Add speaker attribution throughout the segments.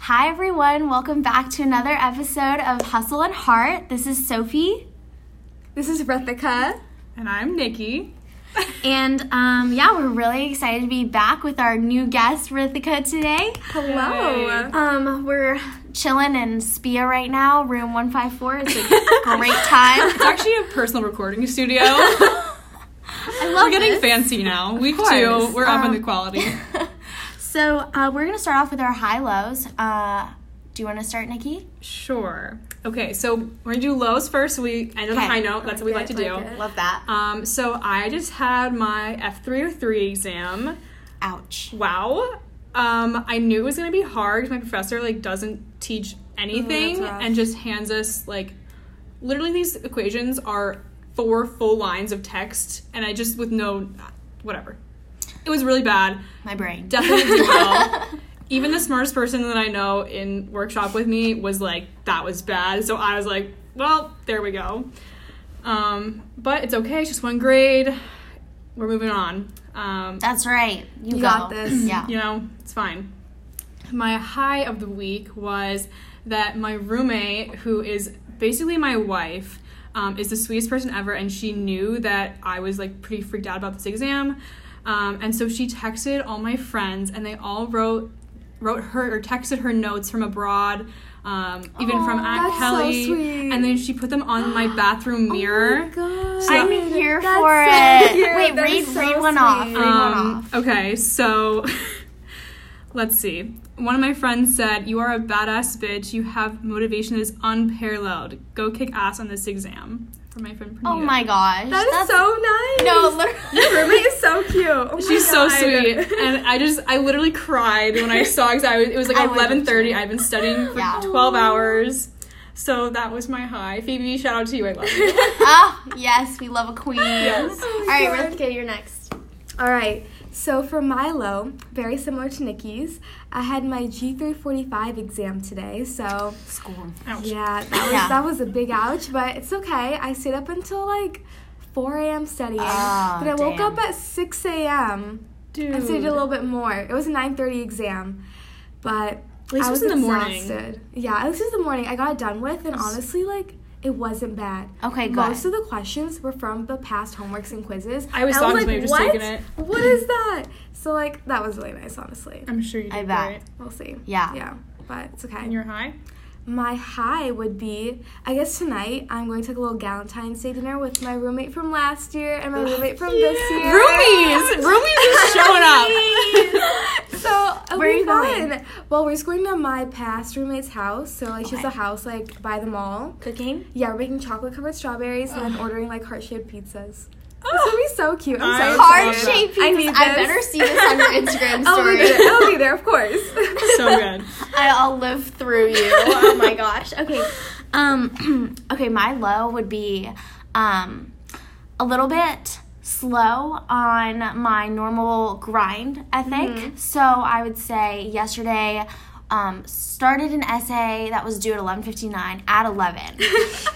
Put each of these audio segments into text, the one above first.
Speaker 1: Hi, everyone. Welcome back to another episode of Hustle and Heart. This is Sophie.
Speaker 2: This is Rithika.
Speaker 3: And I'm Nikki.
Speaker 1: And um, yeah, we're really excited to be back with our new guest, Rithika, today.
Speaker 2: Hello. Uh,
Speaker 1: Um, we're chilling in Spia right now, room 154. It's a great time.
Speaker 3: It's actually a personal recording studio. we're
Speaker 1: I love
Speaker 3: getting
Speaker 1: this.
Speaker 3: fancy now. Week
Speaker 1: course.
Speaker 3: two, we're up
Speaker 1: Um,
Speaker 2: Oh
Speaker 3: in the quality.
Speaker 1: So uh, we're going to start off with our high lows. Uh, do you want to start, Nikki?
Speaker 3: Sure. Okay, so we're gonna do lows first. We end on a
Speaker 1: Okay.
Speaker 3: high note. That's what we like to
Speaker 2: it,
Speaker 3: do.
Speaker 2: like it.
Speaker 1: Love that.
Speaker 3: Um, so I just had my F303 exam.
Speaker 1: Ouch.
Speaker 3: Wow. Um, I knew it was gonna be hard 'cause my professor like doesn't teach anything
Speaker 2: rough.
Speaker 3: and just hands us like literally these equations are four full lines of text and I just with no whatever. It was really bad.
Speaker 1: My brain.
Speaker 3: Definitely zero. Even the smartest person that I know in workshop with me was like, that was bad. So I was like, well, there we go. Um, but it's okay. It's just one grade. We're moving on. Um,
Speaker 1: That's right. You,
Speaker 2: You got
Speaker 1: go.
Speaker 2: this.
Speaker 1: Yeah.
Speaker 3: you know, it's fine. My high of the week was that my roommate, who is basically my wife, um, is the sweetest person ever, and she knew that I was like pretty freaked out about this exam, um, and so she texted all my friends, and they all wrote wrote her or texted her notes from abroad, um, even from
Speaker 1: Aw,
Speaker 3: Aunt
Speaker 2: that's so
Speaker 3: Kelly,
Speaker 2: sweet.
Speaker 3: and then she put them on my bathroom mirror. So-
Speaker 1: I'm here for
Speaker 2: so
Speaker 1: it.
Speaker 2: cute.
Speaker 1: Wait,
Speaker 2: That
Speaker 1: read
Speaker 2: is so
Speaker 1: read one off. Read
Speaker 2: sweet.
Speaker 1: one
Speaker 3: Um,
Speaker 1: off.
Speaker 3: okay, so let's see. One of my friends said, You are a badass bitch. You have motivation that is unparalleled. Go kick ass on this exam. From my friend
Speaker 1: Oh
Speaker 3: Pernita.
Speaker 1: my gosh.
Speaker 2: That is so nice.
Speaker 1: No, literally.
Speaker 2: Your roommate is so cute. Oh my
Speaker 3: She's so
Speaker 2: God.
Speaker 3: sweet, and I just I literally cried when I saw because I was, it was like
Speaker 1: I would have
Speaker 3: eleven thirty. I've been studying for
Speaker 1: Yeah.
Speaker 3: twelve hours, so that was my high. Phoebe, shout out to you. I love you.
Speaker 1: Ah, yes, we love a queen.
Speaker 2: Oh
Speaker 1: All
Speaker 2: my
Speaker 1: right,
Speaker 2: God.
Speaker 1: Rithika, you're next.
Speaker 2: All right. So for Milo, very similar to Nikki's, I had my G345 exam today. So
Speaker 1: School.
Speaker 3: Ouch.
Speaker 2: yeah, that was
Speaker 1: Yeah.
Speaker 2: that was a big ouch, but it's okay. I stayed up until like 4 a.m. studying.
Speaker 1: Ah,
Speaker 2: but I woke
Speaker 1: damn.
Speaker 2: up at 6 a.m.
Speaker 3: Dude,
Speaker 2: I stayed a little bit more. It was a 9:30 exam, but at
Speaker 3: least
Speaker 2: I
Speaker 3: it
Speaker 2: was
Speaker 3: was in the morning.
Speaker 2: exhausted. Yeah, at least it was the morning. I got it done with, and honestly, like it wasn't bad.
Speaker 1: Okay, good.
Speaker 2: Most of the questions were from the past homeworks and quizzes.
Speaker 3: I was
Speaker 2: and
Speaker 3: talking to
Speaker 2: like,
Speaker 3: you, just
Speaker 2: what?
Speaker 3: taking it.
Speaker 2: What is that? So like that was really nice, honestly.
Speaker 3: I'm sure you did
Speaker 1: I bet.
Speaker 3: great.
Speaker 2: We'll see.
Speaker 1: Yeah.
Speaker 2: Yeah, but it's okay.
Speaker 3: And your high?
Speaker 2: My high would be, I guess tonight I'm going to take a little Valentine's Day dinner with my roommate from last year and my roommate from this year.
Speaker 3: Roomies, roomies is showing up.
Speaker 2: So it'll
Speaker 1: Where are
Speaker 2: be
Speaker 1: you
Speaker 2: fun.
Speaker 1: going?
Speaker 2: Well, we're just going to my past roommate's house. So like, she has a house like by the mall.
Speaker 1: Cooking?
Speaker 2: Yeah, we're making chocolate covered strawberries and then ordering like heart shaped pizzas. It's gonna be so cute. I'm so
Speaker 3: I
Speaker 1: Heart
Speaker 3: love
Speaker 1: shaped
Speaker 2: that. I need
Speaker 1: pizzas. I,
Speaker 2: this.
Speaker 1: better see this on your Instagram
Speaker 2: I'll be
Speaker 1: story.
Speaker 2: there. I'll be there, of course.
Speaker 3: so good.
Speaker 1: I, I'll live through you. Oh my gosh. Okay. Um. okay. My low would be, um, a little bit slow on my normal grind ethic.
Speaker 2: Mm-hmm.
Speaker 1: So I would say yesterday. Um, started an essay that was due at 11.59 at 11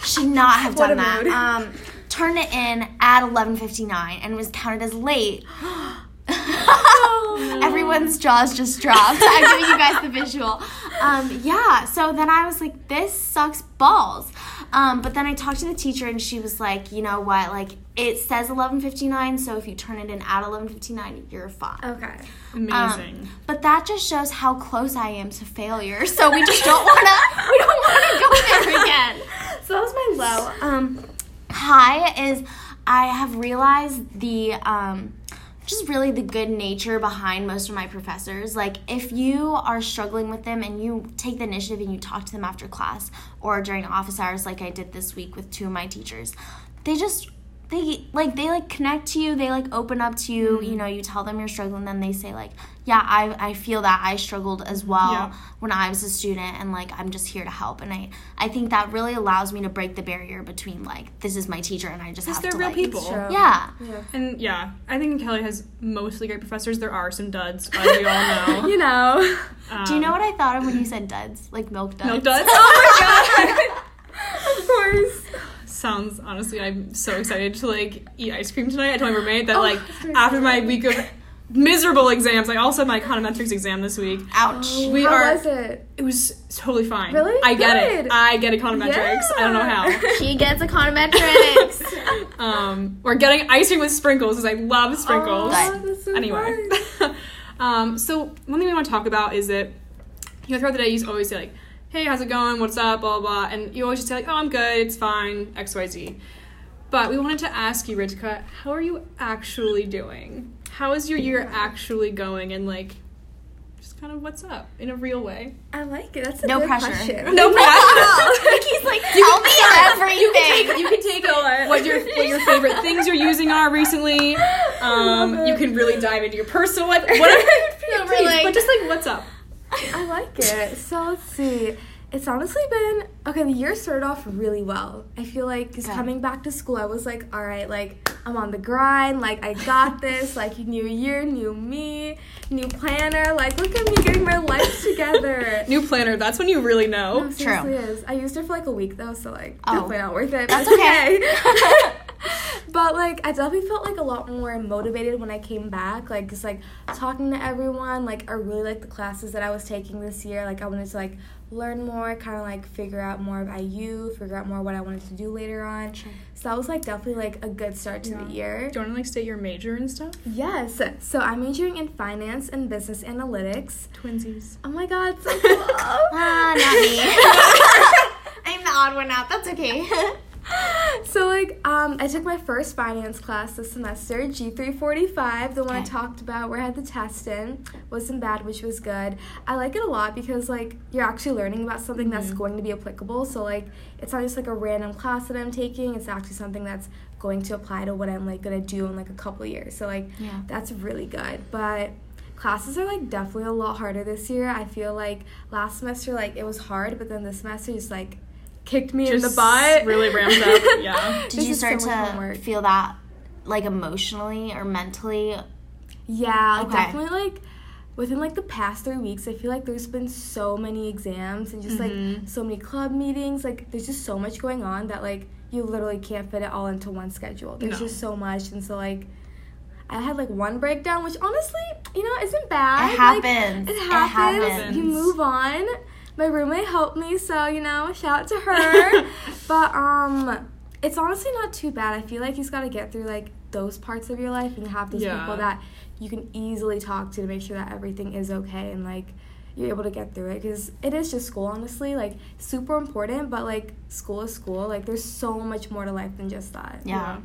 Speaker 1: should not have
Speaker 2: What
Speaker 1: done
Speaker 2: a
Speaker 1: that
Speaker 2: mood.
Speaker 1: um, turned it in at 11.59 and was counted as late Everyone's jaws just dropped. I'm giving you guys the visual. Um, yeah, so then I was like, this sucks balls. Um, but then I talked to the teacher and she was like, you know what, like it says 11:59, so if you turn it in at 11:59, you're fine.
Speaker 2: Okay.
Speaker 3: Amazing.
Speaker 1: But that just shows how close I am to failure. So we just don't want to we don't want to go there again.
Speaker 2: So that was my low.
Speaker 1: Um, high is I have realized the um, just really the good nature behind most of my professors. Like if you are struggling with them and you take the initiative and you talk to them after class or during office hours, like I did this week with two of my teachers, they just they like they like connect to you they like open up to you you know you tell them you're struggling then they say like yeah i i feel that i struggled as well
Speaker 3: Yeah.
Speaker 1: when i was a student and like i'm just here to help and i i think that really allows me to break the barrier between like this is my teacher and i just have
Speaker 3: they're
Speaker 1: to
Speaker 3: real
Speaker 1: like,
Speaker 3: people.
Speaker 2: True.
Speaker 1: yeah
Speaker 3: And yeah, I think Kelly has mostly great professors. There are some duds, as we all know.
Speaker 2: You know.
Speaker 3: Um,
Speaker 1: do you know what i thought of when you said duds like milk duds
Speaker 3: Milk duds? Oh
Speaker 2: Of course.
Speaker 3: my- Sounds
Speaker 1: Oh,
Speaker 3: honestly, I'm so excited to like eat ice cream tonight. I told my roommate that like after my week of miserable exams. I also had my econometrics exam this week.
Speaker 1: Ouch.
Speaker 3: We
Speaker 2: how
Speaker 3: are.
Speaker 2: was it?
Speaker 3: It was totally fine.
Speaker 2: Really?
Speaker 3: I get
Speaker 2: Good.
Speaker 3: it. I get econometrics. I don't know how.
Speaker 1: She gets econometrics.
Speaker 3: Um, or getting ice cream with sprinkles because I love sprinkles.
Speaker 2: Oh, that's so
Speaker 3: anyway,
Speaker 2: fun.
Speaker 3: um, so one thing we want to talk about is that you know throughout the day you just always say like, "Hey, how's it going? What's up?" Blah blah, blah. and you always just say like, "Oh, I'm good. It's fine." X Y Z. But we wanted to ask you, Ritika, how are you actually doing? How is your year actually going? And like, just kind of what's up in a real way.
Speaker 2: I like it. That's a
Speaker 1: No
Speaker 2: good
Speaker 1: pressure.
Speaker 2: question.
Speaker 3: No problem.
Speaker 1: He's like, tell me everything.
Speaker 3: you can take it, what your what your favorite things you're using are recently. Um, you can really dive into your personal life. Whatever.
Speaker 1: No, we're
Speaker 3: Please,
Speaker 1: like-
Speaker 3: but just like what's up?
Speaker 2: I like it. So let's see. It's honestly been okay. The year started off really well. I feel like 'cause
Speaker 1: Good.
Speaker 2: coming back to school, I was like, all right, like I'm on the grind. Like I got this. Like new year, new me, new planner. Like look at me getting my life together. Mm-hmm.
Speaker 3: New planner. That's when you really know.
Speaker 2: No, Oh, seriously it is. I used her for like a week though, so like
Speaker 1: Oh.
Speaker 2: definitely not worth it.
Speaker 1: That's
Speaker 2: It's
Speaker 1: okay.
Speaker 2: but like I definitely felt like a lot more motivated when I came back. Like just like talking to everyone. Like I really liked the classes that I was taking this year. Like I wanted to like learn more, kind of like figure out more about you, figure out more what I wanted to do later on. So that was like definitely like a good start to the
Speaker 3: Yeah.
Speaker 2: year.
Speaker 3: Do you want to like state your major and stuff?
Speaker 2: Yes. So I'm majoring in finance and business analytics.
Speaker 3: Twinsies.
Speaker 2: Oh my god, so cool.
Speaker 1: Ah, not me. I'm the odd one out. That's okay.
Speaker 2: So like um, I took my first finance class this semester, G three forty five, the one I
Speaker 1: Okay.
Speaker 2: talked about where I had the test in. Wasn't bad, which was good. I like it a lot because like you're actually learning about something that's going to be applicable. So like it's not just like a random class that I'm taking. It's actually something that's going to apply to what I'm like gonna do in like a couple years. So like
Speaker 1: Yeah.
Speaker 2: that's really good. But classes are like definitely a lot harder this year. I feel like last semester like it was hard, but then this semester just like kicked me in the
Speaker 3: Just
Speaker 2: butt.
Speaker 3: really ramped up, yeah.
Speaker 1: Did
Speaker 2: This
Speaker 1: you
Speaker 2: is so
Speaker 1: start
Speaker 2: much
Speaker 1: to
Speaker 2: homework.
Speaker 1: feel that, like emotionally or mentally?
Speaker 2: Yeah, like,
Speaker 1: Okay.
Speaker 2: definitely like within like the past three weeks, I feel like there's been so many exams and just
Speaker 3: Mm-hmm.
Speaker 2: like so many club meetings. Like there's just so much going on that like you literally can't fit it all into one schedule. There's
Speaker 3: No.
Speaker 2: just so much, and so like. I had like one breakdown, which honestly, you know, isn't bad.
Speaker 1: It
Speaker 2: Like,
Speaker 1: happens.
Speaker 2: it
Speaker 1: It
Speaker 2: happens.
Speaker 1: happens.
Speaker 2: You move on. My roommate helped me, so you know, shout out to her. but um, it's honestly not too bad. I feel like you've got to get through like those parts of your life and have those
Speaker 3: Yeah.
Speaker 2: people that you can easily talk to to make sure that everything is okay and like you're able to get through it because it is just school honestly like super important but like school is school like there's so much more to life than just that
Speaker 1: Yeah.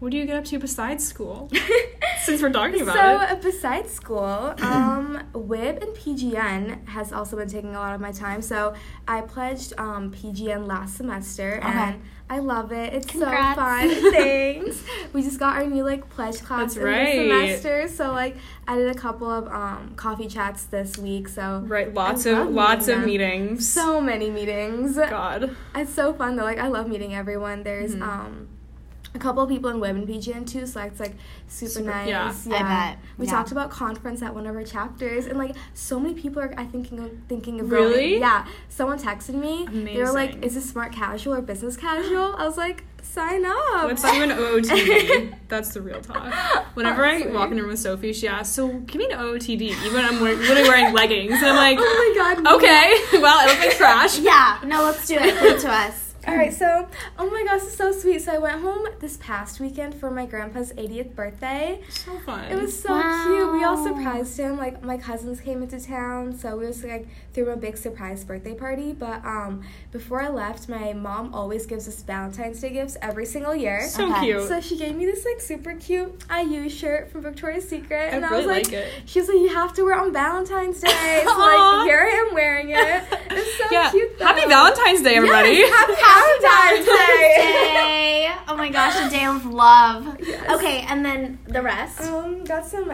Speaker 3: What do you get up to besides school? Since we're talking about
Speaker 2: so
Speaker 3: it.
Speaker 2: uh, besides school, um, WIB and PGN has also been taking a lot of my time. So I pledged um, PGN last semester, and I love it. It's
Speaker 1: Congrats.
Speaker 2: so fun. Thanks. We just got our new like pledge class
Speaker 3: That's
Speaker 2: in
Speaker 3: right.
Speaker 2: this semester, so like I did a couple of um, coffee chats this week. So
Speaker 3: Right, lots
Speaker 2: I
Speaker 3: of
Speaker 2: love
Speaker 3: lots
Speaker 2: meeting
Speaker 3: of
Speaker 2: them.
Speaker 3: meetings.
Speaker 2: so many meetings.
Speaker 3: God.
Speaker 2: It's so fun though. Like I love meeting everyone. There's
Speaker 3: Mm-hmm.
Speaker 2: um a couple of people in web and PGN too, so it's like super,
Speaker 3: Super-
Speaker 2: nice.
Speaker 3: yeah.
Speaker 1: I bet.
Speaker 2: We
Speaker 1: Yeah.
Speaker 2: talked about conference at one of our chapters, and like so many people are I thinking of thinking of
Speaker 3: Really?
Speaker 2: going. Yeah. Someone texted me. They were like,
Speaker 3: Amazing.
Speaker 2: "Is this smart casual or business casual?" I was like, "Sign up."
Speaker 3: Let's do an OOTD. That's the real talk. Whenever I walk in a room with Sophie, she asks, "So give me an OOTD." Even I'm wearing, literally wearing leggings, and I'm like,
Speaker 2: Oh my god.
Speaker 3: "Okay, well, it'll be trash."
Speaker 1: Yeah. No, let's do it. Prove to us.
Speaker 2: All right, so oh my gosh, it's so sweet. So I went home this past weekend for my grandpa's 80th birthday.
Speaker 3: So fun.
Speaker 2: It was so
Speaker 1: Wow.
Speaker 2: cute. We all surprised him. Like my cousins came into town, so we just like threw him a big surprise birthday party. But um, before I left, my mom always gives us Valentine's Day gifts every single year.
Speaker 3: so
Speaker 1: Okay.
Speaker 3: cute.
Speaker 2: So she gave me this like super cute IU shirt from Victoria's Secret,
Speaker 3: I
Speaker 2: and I was
Speaker 3: really
Speaker 2: like,
Speaker 3: like it.
Speaker 2: she was like, you have to wear it on Valentine's Day. So
Speaker 3: Aw.
Speaker 2: like here I am wearing it. It's so
Speaker 3: yeah.
Speaker 2: cute. Though.
Speaker 3: Happy Valentine's Day, everybody.
Speaker 2: Yes, happy Valentine's Day.
Speaker 1: Yay. Oh my gosh, a day of love.
Speaker 2: Yes.
Speaker 1: Okay, and then the rest.
Speaker 2: Um, got some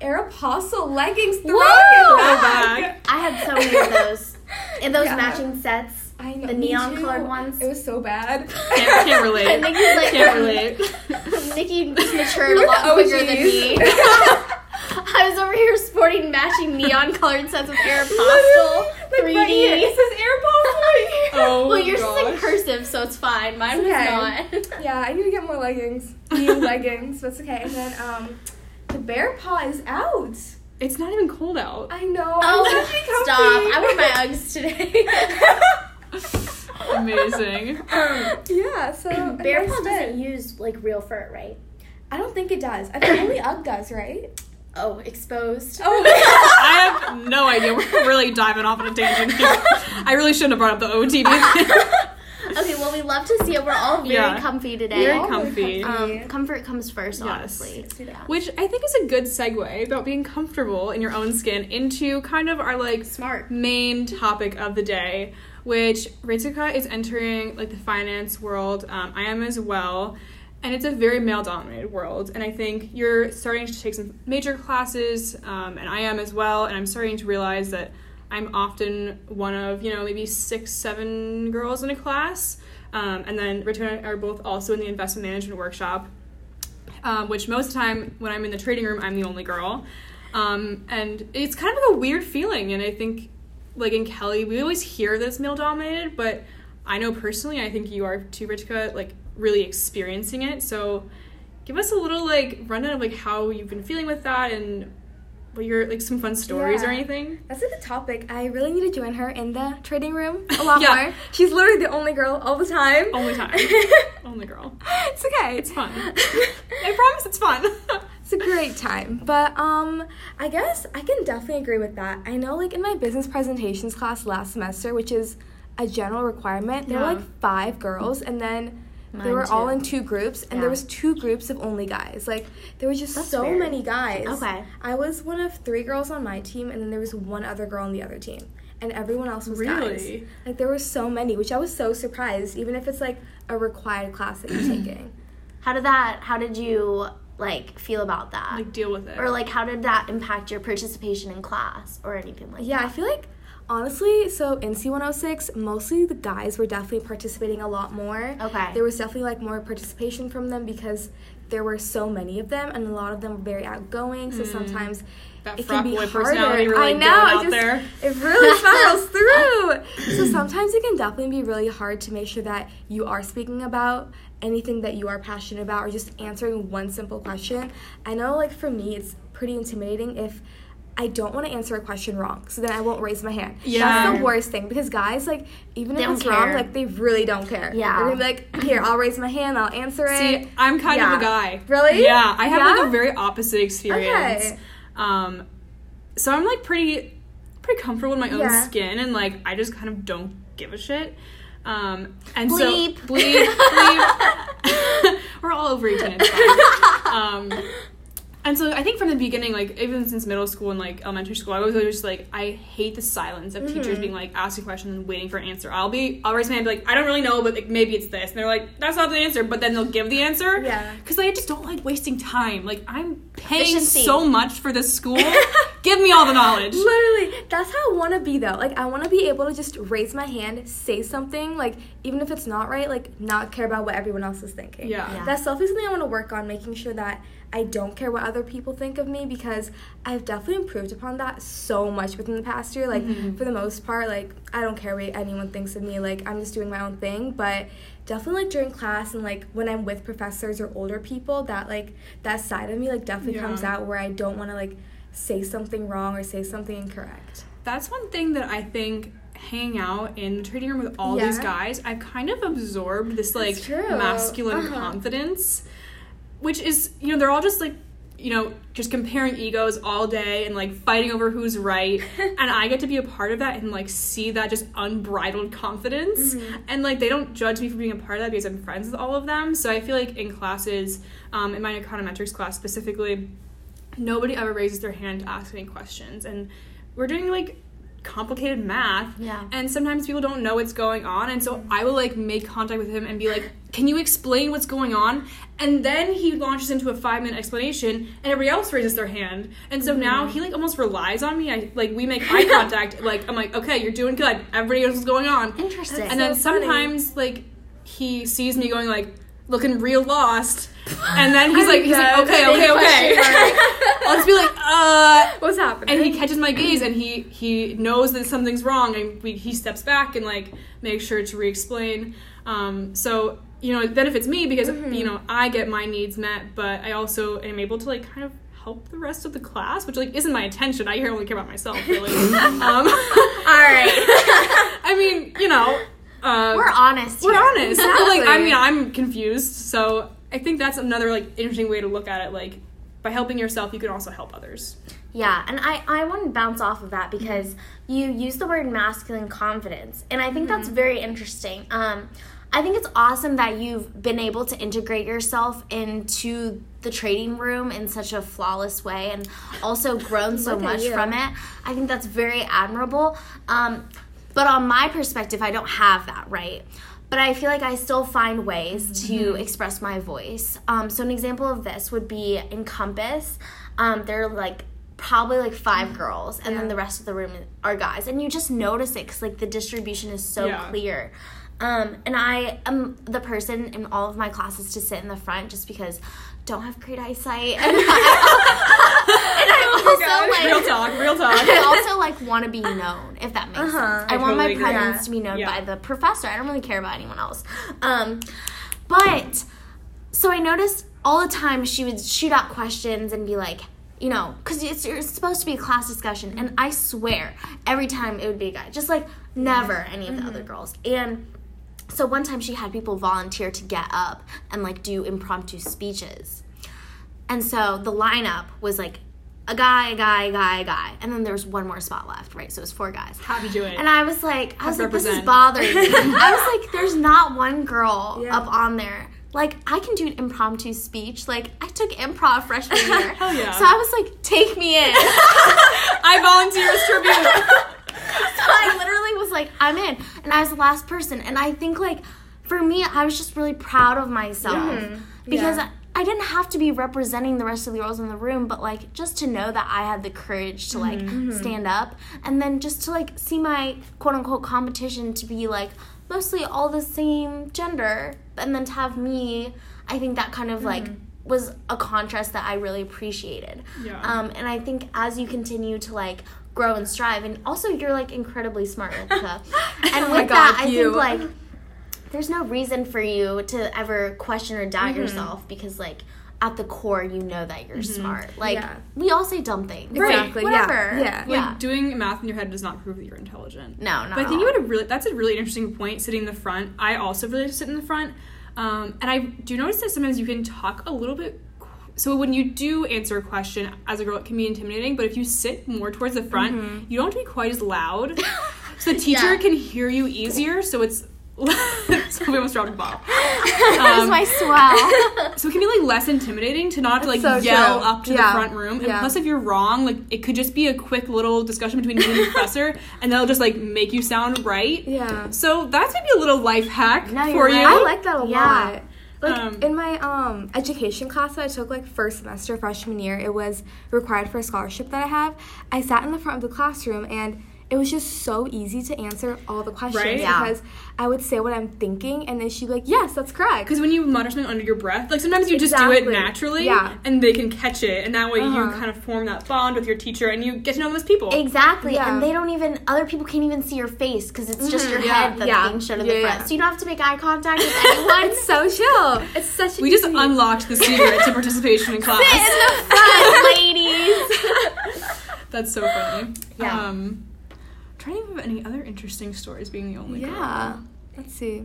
Speaker 2: Aeropostale leggings thrown in
Speaker 1: Woo!
Speaker 2: the
Speaker 3: Throwback.
Speaker 1: I had so many of those. And those
Speaker 2: Yeah.
Speaker 1: matching sets.
Speaker 2: I know,
Speaker 1: The
Speaker 2: me
Speaker 1: neon
Speaker 2: too.
Speaker 1: colored ones.
Speaker 2: It was so bad.
Speaker 3: Can't, can't relate.
Speaker 1: And Nikki's like,
Speaker 3: Can't relate.
Speaker 1: Nikki just matured a
Speaker 2: We were
Speaker 1: lot
Speaker 2: the
Speaker 1: quicker than me.
Speaker 2: OGs.
Speaker 1: I was over here sporting matching neon colored sets of Aeropostale,
Speaker 2: Like, my ear-
Speaker 1: 3D.
Speaker 2: It says AirPods on my ear.
Speaker 3: Oh
Speaker 1: well, yours is in
Speaker 3: gosh.
Speaker 1: cursive, so it's fine. Mine
Speaker 2: It's okay.
Speaker 1: was not.
Speaker 2: Yeah, I need to get more leggings. New leggings. That's okay. And then um, The bear paw is out.
Speaker 3: It's not even cold out.
Speaker 2: I know.
Speaker 1: Oh,
Speaker 2: I'm actually comfy.
Speaker 1: stop. I wear my Uggs today.
Speaker 3: Amazing.
Speaker 4: Um,
Speaker 2: yeah, so a
Speaker 4: bear
Speaker 2: nice
Speaker 4: paw
Speaker 2: fit.
Speaker 4: doesn't use like real fur, right?
Speaker 2: I don't think it does. I think only Ugg does, right?
Speaker 4: Oh, exposed.
Speaker 2: Oh,
Speaker 3: I have no idea. We're really diving off on a tangent here. I really shouldn't have brought up the OTB thing.
Speaker 1: okay, well, we love to see it. We're all very
Speaker 3: Yeah.
Speaker 1: comfy today.
Speaker 3: Very
Speaker 2: really
Speaker 3: comfy.
Speaker 2: comfy.
Speaker 1: Um, comfort comes first,
Speaker 3: Yes.
Speaker 1: honestly. Yeah.
Speaker 3: Which I think is a good segue about being comfortable in your own skin into kind of our like
Speaker 1: Smart.
Speaker 3: main topic of the day, which Ritika is entering like the finance world. Um, I am as well. And it's a very male dominated world. And I think you're starting to take some major classes, um, and I am as well. And I'm starting to realize that I'm often one of, you know, maybe six, seven girls in a class. Um, and then Ritika and I are both also in the investment management workshop um, which most of the time when I'm in the trading room, I'm the only girl. Um, and it's kind of like a weird feeling. And I think, like in Kelly, we always hear that it's male dominated, but I know personally, I think you are too, Richka, like really experiencing it. So give us a little like rundown of like how you've been feeling with that and what your like some fun stories or
Speaker 2: Yeah.
Speaker 3: anything.
Speaker 2: That's a good topic. I really need to join her in the trading room a lot
Speaker 3: Yeah.
Speaker 2: more. She's literally the only girl all the time.
Speaker 3: Only time. only girl.
Speaker 2: it's okay.
Speaker 3: It's fun. I promise it's fun.
Speaker 2: It's a great time. But um I guess I can definitely agree with that. I know like in my business presentations class last semester, which is a general requirement, there were
Speaker 3: Yeah.
Speaker 2: like five girls and then they
Speaker 1: Mine
Speaker 2: were all
Speaker 1: too.
Speaker 2: in two groups and there
Speaker 1: Yeah.
Speaker 2: was two groups of only guys. Like there were just
Speaker 1: That's
Speaker 2: so
Speaker 1: fair.
Speaker 2: many guys.
Speaker 1: Okay.
Speaker 2: I was one of three girls on my team and then there was one other girl on the other team. And everyone else was guys.
Speaker 3: Really?
Speaker 2: Like there were so many, which I was so surprised, even if it's like a required class that you're taking.
Speaker 1: How did that, how did you like feel about that?
Speaker 3: like deal with it.
Speaker 1: or like how did that impact your participation in class or anything like
Speaker 2: Yeah, I feel like honestly, so in C106, mostly the guys were definitely participating a lot more.
Speaker 1: Okay.
Speaker 2: There was definitely like more participation from them because there were so many of them and a lot of them were very outgoing, so sometimes
Speaker 3: Hmm. that
Speaker 2: it can
Speaker 3: frat
Speaker 2: be
Speaker 3: boy
Speaker 2: harder.
Speaker 3: personality really
Speaker 2: I
Speaker 3: going
Speaker 2: know,
Speaker 3: out
Speaker 2: it just,
Speaker 3: there.
Speaker 2: It really spirals through. So sometimes it can definitely be really hard to make sure that you are speaking about anything that you are passionate about or just answering one simple question. I know, like, for me, it's pretty intimidating if. I don't want to answer a question wrong, so then I won't raise my hand.
Speaker 3: Yeah.
Speaker 2: That's the worst thing because guys, like, even
Speaker 1: They
Speaker 2: if
Speaker 1: don't
Speaker 2: it's wrong,
Speaker 1: care.
Speaker 2: like, they really don't care.
Speaker 1: Yeah.
Speaker 2: They're gonna be like, here, I'll raise my hand, I'll answer it.
Speaker 3: See, I'm kind of
Speaker 2: Yeah.
Speaker 3: a guy.
Speaker 2: Really?
Speaker 3: Yeah, I have like
Speaker 2: Yeah?
Speaker 3: a very opposite experience.
Speaker 2: Okay.
Speaker 3: Um, so I'm like pretty, pretty comfortable in my own
Speaker 2: Yeah.
Speaker 3: skin, and like I just kind of don't give a shit. Um, and
Speaker 1: Bleep.
Speaker 3: so bleep, bleep. We're all over each other. it's fine. Um, and so I think from the beginning, like even since middle school and like elementary school, I was always just like I hate the silence of teachers being like asking questions and waiting for an answer. I'll be I'll raise my hand and be like I don't really know, but like, maybe it's this, and they're like that's not the answer, but then they'll give the answer.
Speaker 2: Yeah.
Speaker 3: Because I just don't like wasting time. Like I'm paying
Speaker 1: Efficiency.
Speaker 3: so much for this school. give me all the knowledge.
Speaker 2: Literally, that's how I want to be though. Like I want to be able to just raise my hand, say something, like even if it's not right, like not care about what everyone else is thinking.
Speaker 3: Yeah.
Speaker 1: Yeah.
Speaker 2: That's definitely something I want to work on, making sure that I don't care what other people think of me because I've definitely improved upon that so much within the past year. Like for the most part, like I don't care what anyone thinks of me. Like I'm just doing my own thing, but definitely like during class and like when I'm with professors or older people, that like that side of me like definitely
Speaker 3: Yeah.
Speaker 2: comes out where I don't want to like say something wrong or say something incorrect.
Speaker 3: That's one thing that I think hanging out in the trading room with all
Speaker 2: Yeah.
Speaker 3: these guys, I've kind of absorbed this like
Speaker 2: true.
Speaker 3: masculine
Speaker 2: Uh-huh.
Speaker 3: confidence, which is, you know, they're all just like, you know, just comparing egos all day and like fighting over who's right. and I get to be a part of that and like see that just unbridled confidence.
Speaker 2: Mm-hmm.
Speaker 3: And like they don't judge me for being a part of that because I'm friends with all of them. So I feel like in classes, um, in my econometrics class specifically, nobody ever raises their hand to ask any questions and we're doing like complicated math
Speaker 1: Yeah.
Speaker 3: and sometimes people don't know what's going on and so i will like make contact with him and be like can you explain what's going on and then he launches into a five minute explanation and everybody else raises their hand and so now
Speaker 2: Mm-hmm.
Speaker 3: he like almost relies on me i like we make eye contact like i'm like okay you're doing good everybody knows what's going on
Speaker 1: that interesting
Speaker 3: and then
Speaker 2: so funny.
Speaker 3: sometimes like he sees me going like looking real lost and then he's like he's like okay okay okay i'll just be like uh
Speaker 2: What's happening?
Speaker 3: and he catches my gaze and he he knows that something's wrong and we, he steps back and like makes sure to re-explain um, so you know it benefits me because you know i get my needs met but i also am able to like kind of help the rest of the class, which like isn't my intention. I here only care about myself, really. um,
Speaker 1: All right.
Speaker 3: I mean, you know, uh,
Speaker 1: We're honest.
Speaker 3: we're
Speaker 1: here.
Speaker 3: honest. Like, I
Speaker 2: Exactly.
Speaker 3: mean, I'm confused, so I think that's another like interesting way to look at it. Like, by helping yourself, you can also help others.
Speaker 1: Yeah, and I, I want to bounce off of that because you use the word masculine confidence, and I think
Speaker 2: Mm-hmm.
Speaker 1: that's very interesting. Um, I think it's awesome that you've been able to integrate yourself into the trading room in such a flawless way and also grown so
Speaker 2: Look at
Speaker 1: much
Speaker 2: you.
Speaker 1: from it. I think that's very admirable. Um, but on my perspective, I don't have that right. But I feel like I still find ways to
Speaker 3: Mm-hmm.
Speaker 1: express my voice. Um, so an example of this would be Encompass. Um, they're like probably like five
Speaker 3: Mm-hmm.
Speaker 1: girls, and then the rest of the room are guys, and you just notice it because like the distribution is so
Speaker 3: Yeah.
Speaker 1: clear. Um, and I am the person in all of my classes to sit in the front just because don't have great eyesight, and, I, and I'm also like
Speaker 3: Oh Real talk, real talk.
Speaker 1: I also like want to be known, if that makes sense. I, want
Speaker 3: Uh-huh. totally
Speaker 1: my
Speaker 3: agree.
Speaker 1: presence to be known
Speaker 3: Yeah.
Speaker 1: by the professor. I don't really care about anyone else. Um, but so I noticed all the time she would shoot out questions and be like, you know, because it's, it's supposed to be a class discussion, and I swear every time it would be a guy, just like never any of
Speaker 3: Mm-hmm.
Speaker 1: the other girls. And so one time she had people volunteer to get up and like do impromptu speeches. And so the lineup was like a guy, a guy, a guy, a guy. And then there was one more spot left, right? So it was four guys.
Speaker 3: How did you do it?
Speaker 1: And I was like, I was like, this is
Speaker 3: represent.
Speaker 1: bothering me. I was like, there's not one girl
Speaker 2: Yeah.
Speaker 1: up on there. Like, I can do an impromptu speech. Like, I took improv freshman year.
Speaker 3: Hell yeah.
Speaker 1: So I was like, take me in.
Speaker 3: I volunteer as tribute.
Speaker 1: I literally was like, I'm in. And I was the last person. And I think, like, for me, I was just really proud of myself because
Speaker 2: Yeah.
Speaker 1: I, I didn't have to be representing the rest of the girls in the room, but, like, just to know that I had the courage to,
Speaker 2: Mm-hmm.
Speaker 1: like, stand up and then just to, like, see my quote unquote competition to be, like, mostly all the same gender and then to have me, I think that kind of, like,
Speaker 2: Mm-hmm.
Speaker 1: was a contrast that I really appreciated.
Speaker 3: Yeah.
Speaker 1: Um, and I think as you continue to like grow and strive, and also you're like incredibly smart, Rebecca. and
Speaker 2: Oh
Speaker 1: with
Speaker 2: my
Speaker 1: that,
Speaker 2: God,
Speaker 1: I
Speaker 2: you.
Speaker 1: think like there's no reason for you to ever question or doubt
Speaker 2: Mm-hmm.
Speaker 1: yourself because like at the core you know that you're smart. Like
Speaker 2: Yeah.
Speaker 1: we all say dumb things.
Speaker 2: Exactly, yeah,
Speaker 1: Whatever.
Speaker 2: yeah.
Speaker 1: Yeah.
Speaker 3: Like doing math in your head does not prove that you're intelligent.
Speaker 1: No, not
Speaker 3: But I
Speaker 1: at
Speaker 3: think you
Speaker 1: all.
Speaker 3: had a really that's a really interesting point sitting in the front. I also really sit in the front. Um, and I do notice that sometimes you can talk a little bit qu- so when you do answer a question as a girl it can be intimidating, but if you sit more towards the front, you don't have to be quite as loud. so the teacher can hear you easier, so it's so we almost dropped a ball. Um,
Speaker 1: that was my swell.
Speaker 3: So it can be like less intimidating to not have to like
Speaker 2: That's so
Speaker 3: yell
Speaker 2: true.
Speaker 3: up to
Speaker 2: Yeah.
Speaker 3: the front room. And
Speaker 2: Yeah.
Speaker 3: plus, if you're wrong, like it could just be a quick little discussion between you and the professor, and that'll just like make you sound right.
Speaker 2: Yeah.
Speaker 3: So that's maybe a little life hack
Speaker 1: No,
Speaker 3: for
Speaker 1: you're
Speaker 3: you.
Speaker 1: right.
Speaker 2: I like that a
Speaker 1: Yeah.
Speaker 2: lot. Like
Speaker 3: Um,
Speaker 2: in my um education class that I took like first semester freshman year, it was required for a scholarship that I have. I sat in the front of the classroom and it was just so easy to answer all the questions
Speaker 3: Right?
Speaker 1: Yeah.
Speaker 2: because I would say what I'm thinking and then she'd be like, Yes, that's correct.
Speaker 3: Because when you mutter something under your breath, like sometimes you just do
Speaker 2: Exactly.
Speaker 3: it naturally,
Speaker 2: Yeah.
Speaker 3: and they can catch it, and that way you
Speaker 2: Uh-huh.
Speaker 3: kind of form that bond with your teacher, and you get to know them as people.
Speaker 1: Exactly,
Speaker 2: Yeah. Mm-hmm.
Speaker 1: and they don't even other people can't even see your face because it's just your
Speaker 2: yeah,
Speaker 1: head that's
Speaker 2: yeah,
Speaker 1: being shown in the
Speaker 2: yeah,
Speaker 1: front.
Speaker 2: yeah.
Speaker 1: So you don't have to make eye contact with anyone.
Speaker 2: It's so chill. It's such
Speaker 3: we just
Speaker 2: easy-
Speaker 3: unlocked the secret to participation in class.
Speaker 1: Sit in the front, ladies.
Speaker 3: That's so funny.
Speaker 1: Yeah.
Speaker 3: Um, trying to think of any other interesting stories being the only girl.
Speaker 2: Yeah. Let's see.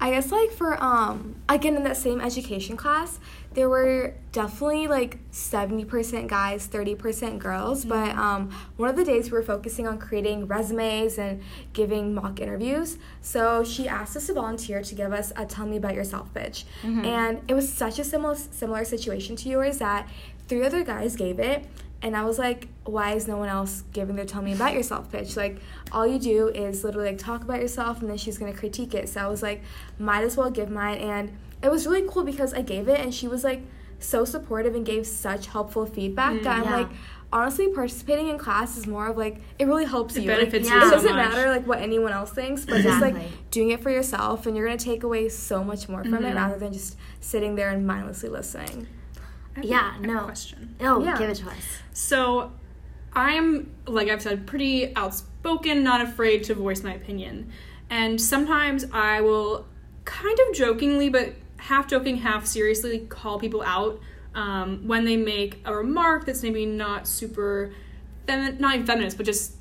Speaker 2: I guess like for um again in that same education class, there were definitely like 70% guys, 30% girls, but um one of the days we were focusing on creating resumes and giving mock interviews. So she asked us to volunteer to give us a tell me about yourself pitch.
Speaker 1: Mm-hmm.
Speaker 2: And it was such a similar similar situation to yours that three other guys gave it and I was like, why is no one else giving their tell me about yourself pitch? Like, all you do is literally like talk about yourself and then she's gonna critique it. So I was like, might as well give mine. And it was really cool because I gave it and she was like so supportive and gave such helpful feedback that I'm
Speaker 1: Mm, yeah.
Speaker 2: like, honestly, participating in class is more of like, it really helps
Speaker 3: It
Speaker 2: you. Like,
Speaker 3: benefits
Speaker 1: Yeah.
Speaker 3: you
Speaker 2: it
Speaker 3: so
Speaker 2: doesn't
Speaker 3: much.
Speaker 2: matter like what anyone else thinks, but just
Speaker 1: Exactly.
Speaker 2: like doing it for yourself and you're gonna take away so much more from
Speaker 3: Mm-hmm.
Speaker 2: it rather than just sitting there and mindlessly listening.
Speaker 3: I have
Speaker 1: Yeah,
Speaker 3: a- a
Speaker 1: no.
Speaker 3: Question.
Speaker 1: Oh,
Speaker 2: Yeah.
Speaker 1: give it to us.
Speaker 3: So, I'm like I've said, pretty outspoken, not afraid to voice my opinion, and sometimes I will kind of jokingly, but half joking, half seriously, call people out um, when they make a remark that's maybe not super, femi- not even feminist, but just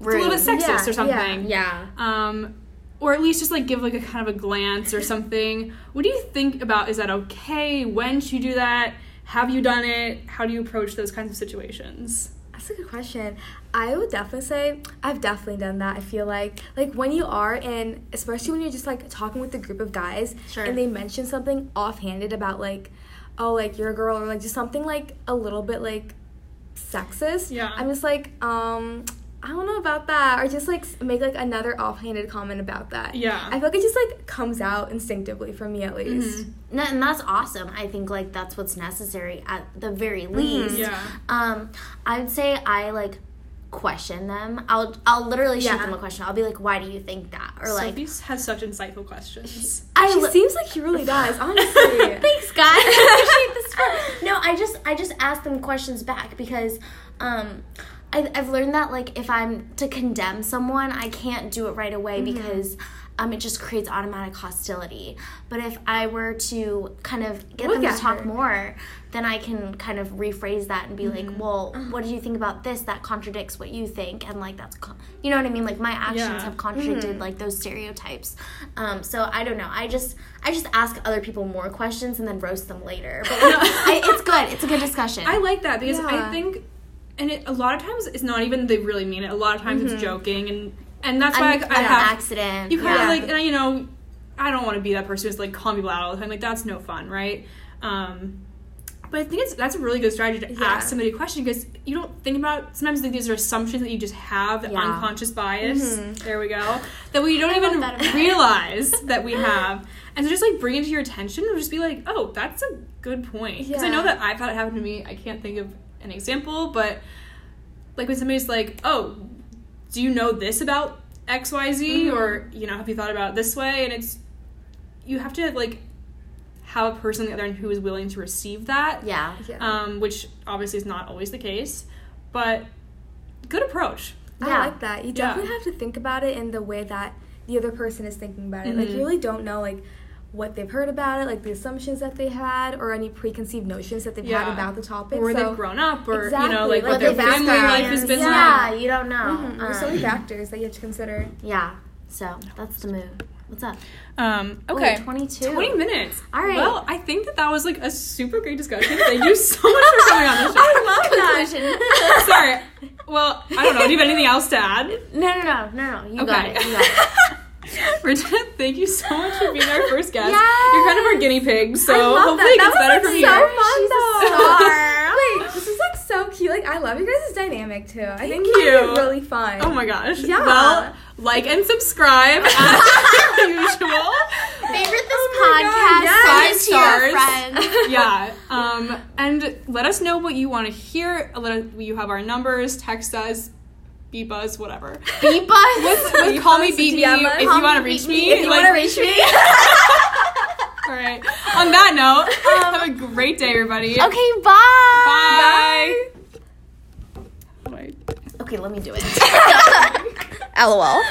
Speaker 3: it's a little bit
Speaker 2: Rude.
Speaker 3: sexist
Speaker 2: Yeah,
Speaker 3: or something.
Speaker 2: Yeah.
Speaker 3: Um, or at least just like give like a kind of a glance or something. what do you think about? Is that okay? When should you do that? Have you done it? How do you approach those kinds of situations?
Speaker 2: That's a good question. I would definitely say I've definitely done that. I feel like like when you are in especially when you're just like talking with a group of guys
Speaker 1: Sure.
Speaker 2: and they mention something offhanded about like oh like you're a girl or like just something like a little bit like sexist.
Speaker 3: Yeah.
Speaker 2: I'm just like um I don't know about that or just like s- make like another offhanded comment about that.
Speaker 3: Yeah.
Speaker 2: I feel like it just like comes out instinctively for me at least.
Speaker 1: No, and that's awesome. I think like that's what's necessary at the very
Speaker 2: Mm-hmm.
Speaker 1: least.
Speaker 3: Yeah.
Speaker 1: Um, I would say I like question them. I'll I'll literally shoot
Speaker 2: Yeah.
Speaker 1: them a question. I'll be like, why do you think that? Or like,
Speaker 3: Sophie has such insightful questions.
Speaker 1: I
Speaker 2: She
Speaker 1: li-
Speaker 2: seems like she really does, honestly.
Speaker 1: Thanks, guys. I appreciate this. part. No, I just I just ask them questions back because um I, I've learned that like if I'm to condemn someone, I can't do it right away
Speaker 2: Mm-hmm.
Speaker 1: because um it just creates automatic hostility. But if I were to kind of get
Speaker 2: Look
Speaker 1: them
Speaker 2: at
Speaker 1: to talk
Speaker 2: her.
Speaker 1: more, then I can kind of rephrase that and be
Speaker 2: Mm-hmm.
Speaker 1: like, well,
Speaker 2: Uh-huh.
Speaker 1: what do you think about this? That contradicts what you think, and like that's con- you know what I mean. Like my actions
Speaker 3: Yeah.
Speaker 1: have contradicted
Speaker 2: Mm-hmm.
Speaker 1: like those stereotypes. Um, so I don't know. I just I just ask other people more questions and then roast them later. But like, I, it's good. It's a good discussion.
Speaker 3: I like that because I
Speaker 2: Yeah.
Speaker 3: think, and it, a lot of times it's not even they really mean it. A lot of times it's joking, and and that's why I,
Speaker 1: An-
Speaker 3: I
Speaker 1: an
Speaker 3: have
Speaker 1: accident.
Speaker 3: you kind
Speaker 1: yeah.
Speaker 3: of like and I- you know i don't want to be that person who's like calling people out all the time like that's no fun right um but i think it's that's a really good strategy to
Speaker 2: Yeah.
Speaker 3: ask somebody a question because you don't think about sometimes like, these are assumptions that you just have the
Speaker 1: Yeah. Mm-hmm.
Speaker 3: unconscious bias there we go that we don't
Speaker 1: love
Speaker 3: even
Speaker 1: that about it.
Speaker 3: realize that we have and so just like bring it to your attention or just be like oh that's a good point because i know
Speaker 2: Yeah.
Speaker 3: that i've had it happen to me i can't think of an example but like when somebody's like, "Oh, do you know this about X Y Z?"
Speaker 1: Mm-hmm.
Speaker 3: or you know, "Have you thought about it this way?" and it's you have to like have a person on the other end who is willing to receive that,
Speaker 1: yeah.
Speaker 2: Yeah.
Speaker 3: um, which obviously is not always the case, but good approach.
Speaker 1: Yeah.
Speaker 2: I like that. You
Speaker 3: Yeah.
Speaker 2: definitely have to think about it in the way that the other person is thinking about it. Like
Speaker 3: Mhm.
Speaker 2: you really don't know like what they've heard about it, like the assumptions that they had, or any preconceived notions that they've
Speaker 3: Yeah.
Speaker 2: had about the topic.
Speaker 3: Or
Speaker 2: so
Speaker 3: they've grown up, or you know,
Speaker 2: Exactly,
Speaker 3: like
Speaker 2: like
Speaker 3: what their
Speaker 2: the
Speaker 3: family
Speaker 2: background.
Speaker 3: life Mm-hmm. has been
Speaker 1: Yeah,
Speaker 3: like.
Speaker 1: you don't know.
Speaker 2: Mhm. There's so many
Speaker 1: Um,
Speaker 2: factors that you have to consider.
Speaker 1: yeah. So that's the move. What's up? Oh,
Speaker 3: Um,
Speaker 1: Ooh,
Speaker 3: okay.
Speaker 1: 22.
Speaker 3: 20 minutes.
Speaker 1: All right.
Speaker 3: Well, I think that that was like a super great discussion. Thank you so much for coming on the show.
Speaker 1: Conclusion.
Speaker 3: Sorry. Well, I don't know. Do you have anything else to add?
Speaker 1: no, no, no, no, no. You got
Speaker 3: Okay.
Speaker 1: it. You got it.
Speaker 3: Regina, thank you so much for being our first guest.
Speaker 1: Yes.
Speaker 3: You're kind of our guinea pig, so
Speaker 2: I love that.
Speaker 3: hopefully it gets better
Speaker 2: That
Speaker 3: from
Speaker 2: was
Speaker 3: here.
Speaker 2: like,
Speaker 1: She's
Speaker 2: so fun
Speaker 1: a star.
Speaker 2: though. Wait, this is like so cute. Like I love you guys' dynamic too. I think
Speaker 3: Thank
Speaker 2: you guys
Speaker 3: you.
Speaker 2: are really fun.
Speaker 3: Oh my gosh.
Speaker 2: Yeah.
Speaker 3: Well, like and subscribe as usual.
Speaker 1: Favorite this
Speaker 3: Oh God,
Speaker 1: podcast.
Speaker 3: yes.
Speaker 1: Send it to your
Speaker 3: Five
Speaker 1: friends.
Speaker 3: Yeah. Um, and let us know what you want to hear. Let us, you have our numbers. Text us. Beep us. Whatever.
Speaker 1: Beep us.
Speaker 3: With call me,
Speaker 2: us,
Speaker 3: beat me
Speaker 2: DM us.
Speaker 3: if you
Speaker 1: Call me,
Speaker 3: want to
Speaker 1: beat
Speaker 3: reach
Speaker 1: me
Speaker 3: me.
Speaker 1: if you
Speaker 3: Like,
Speaker 1: wanna reach me.
Speaker 3: all right. On that note, have a great day, everybody.
Speaker 1: okay,
Speaker 3: Bye. Oh Bye.
Speaker 1: Okay, let me do it. LOL.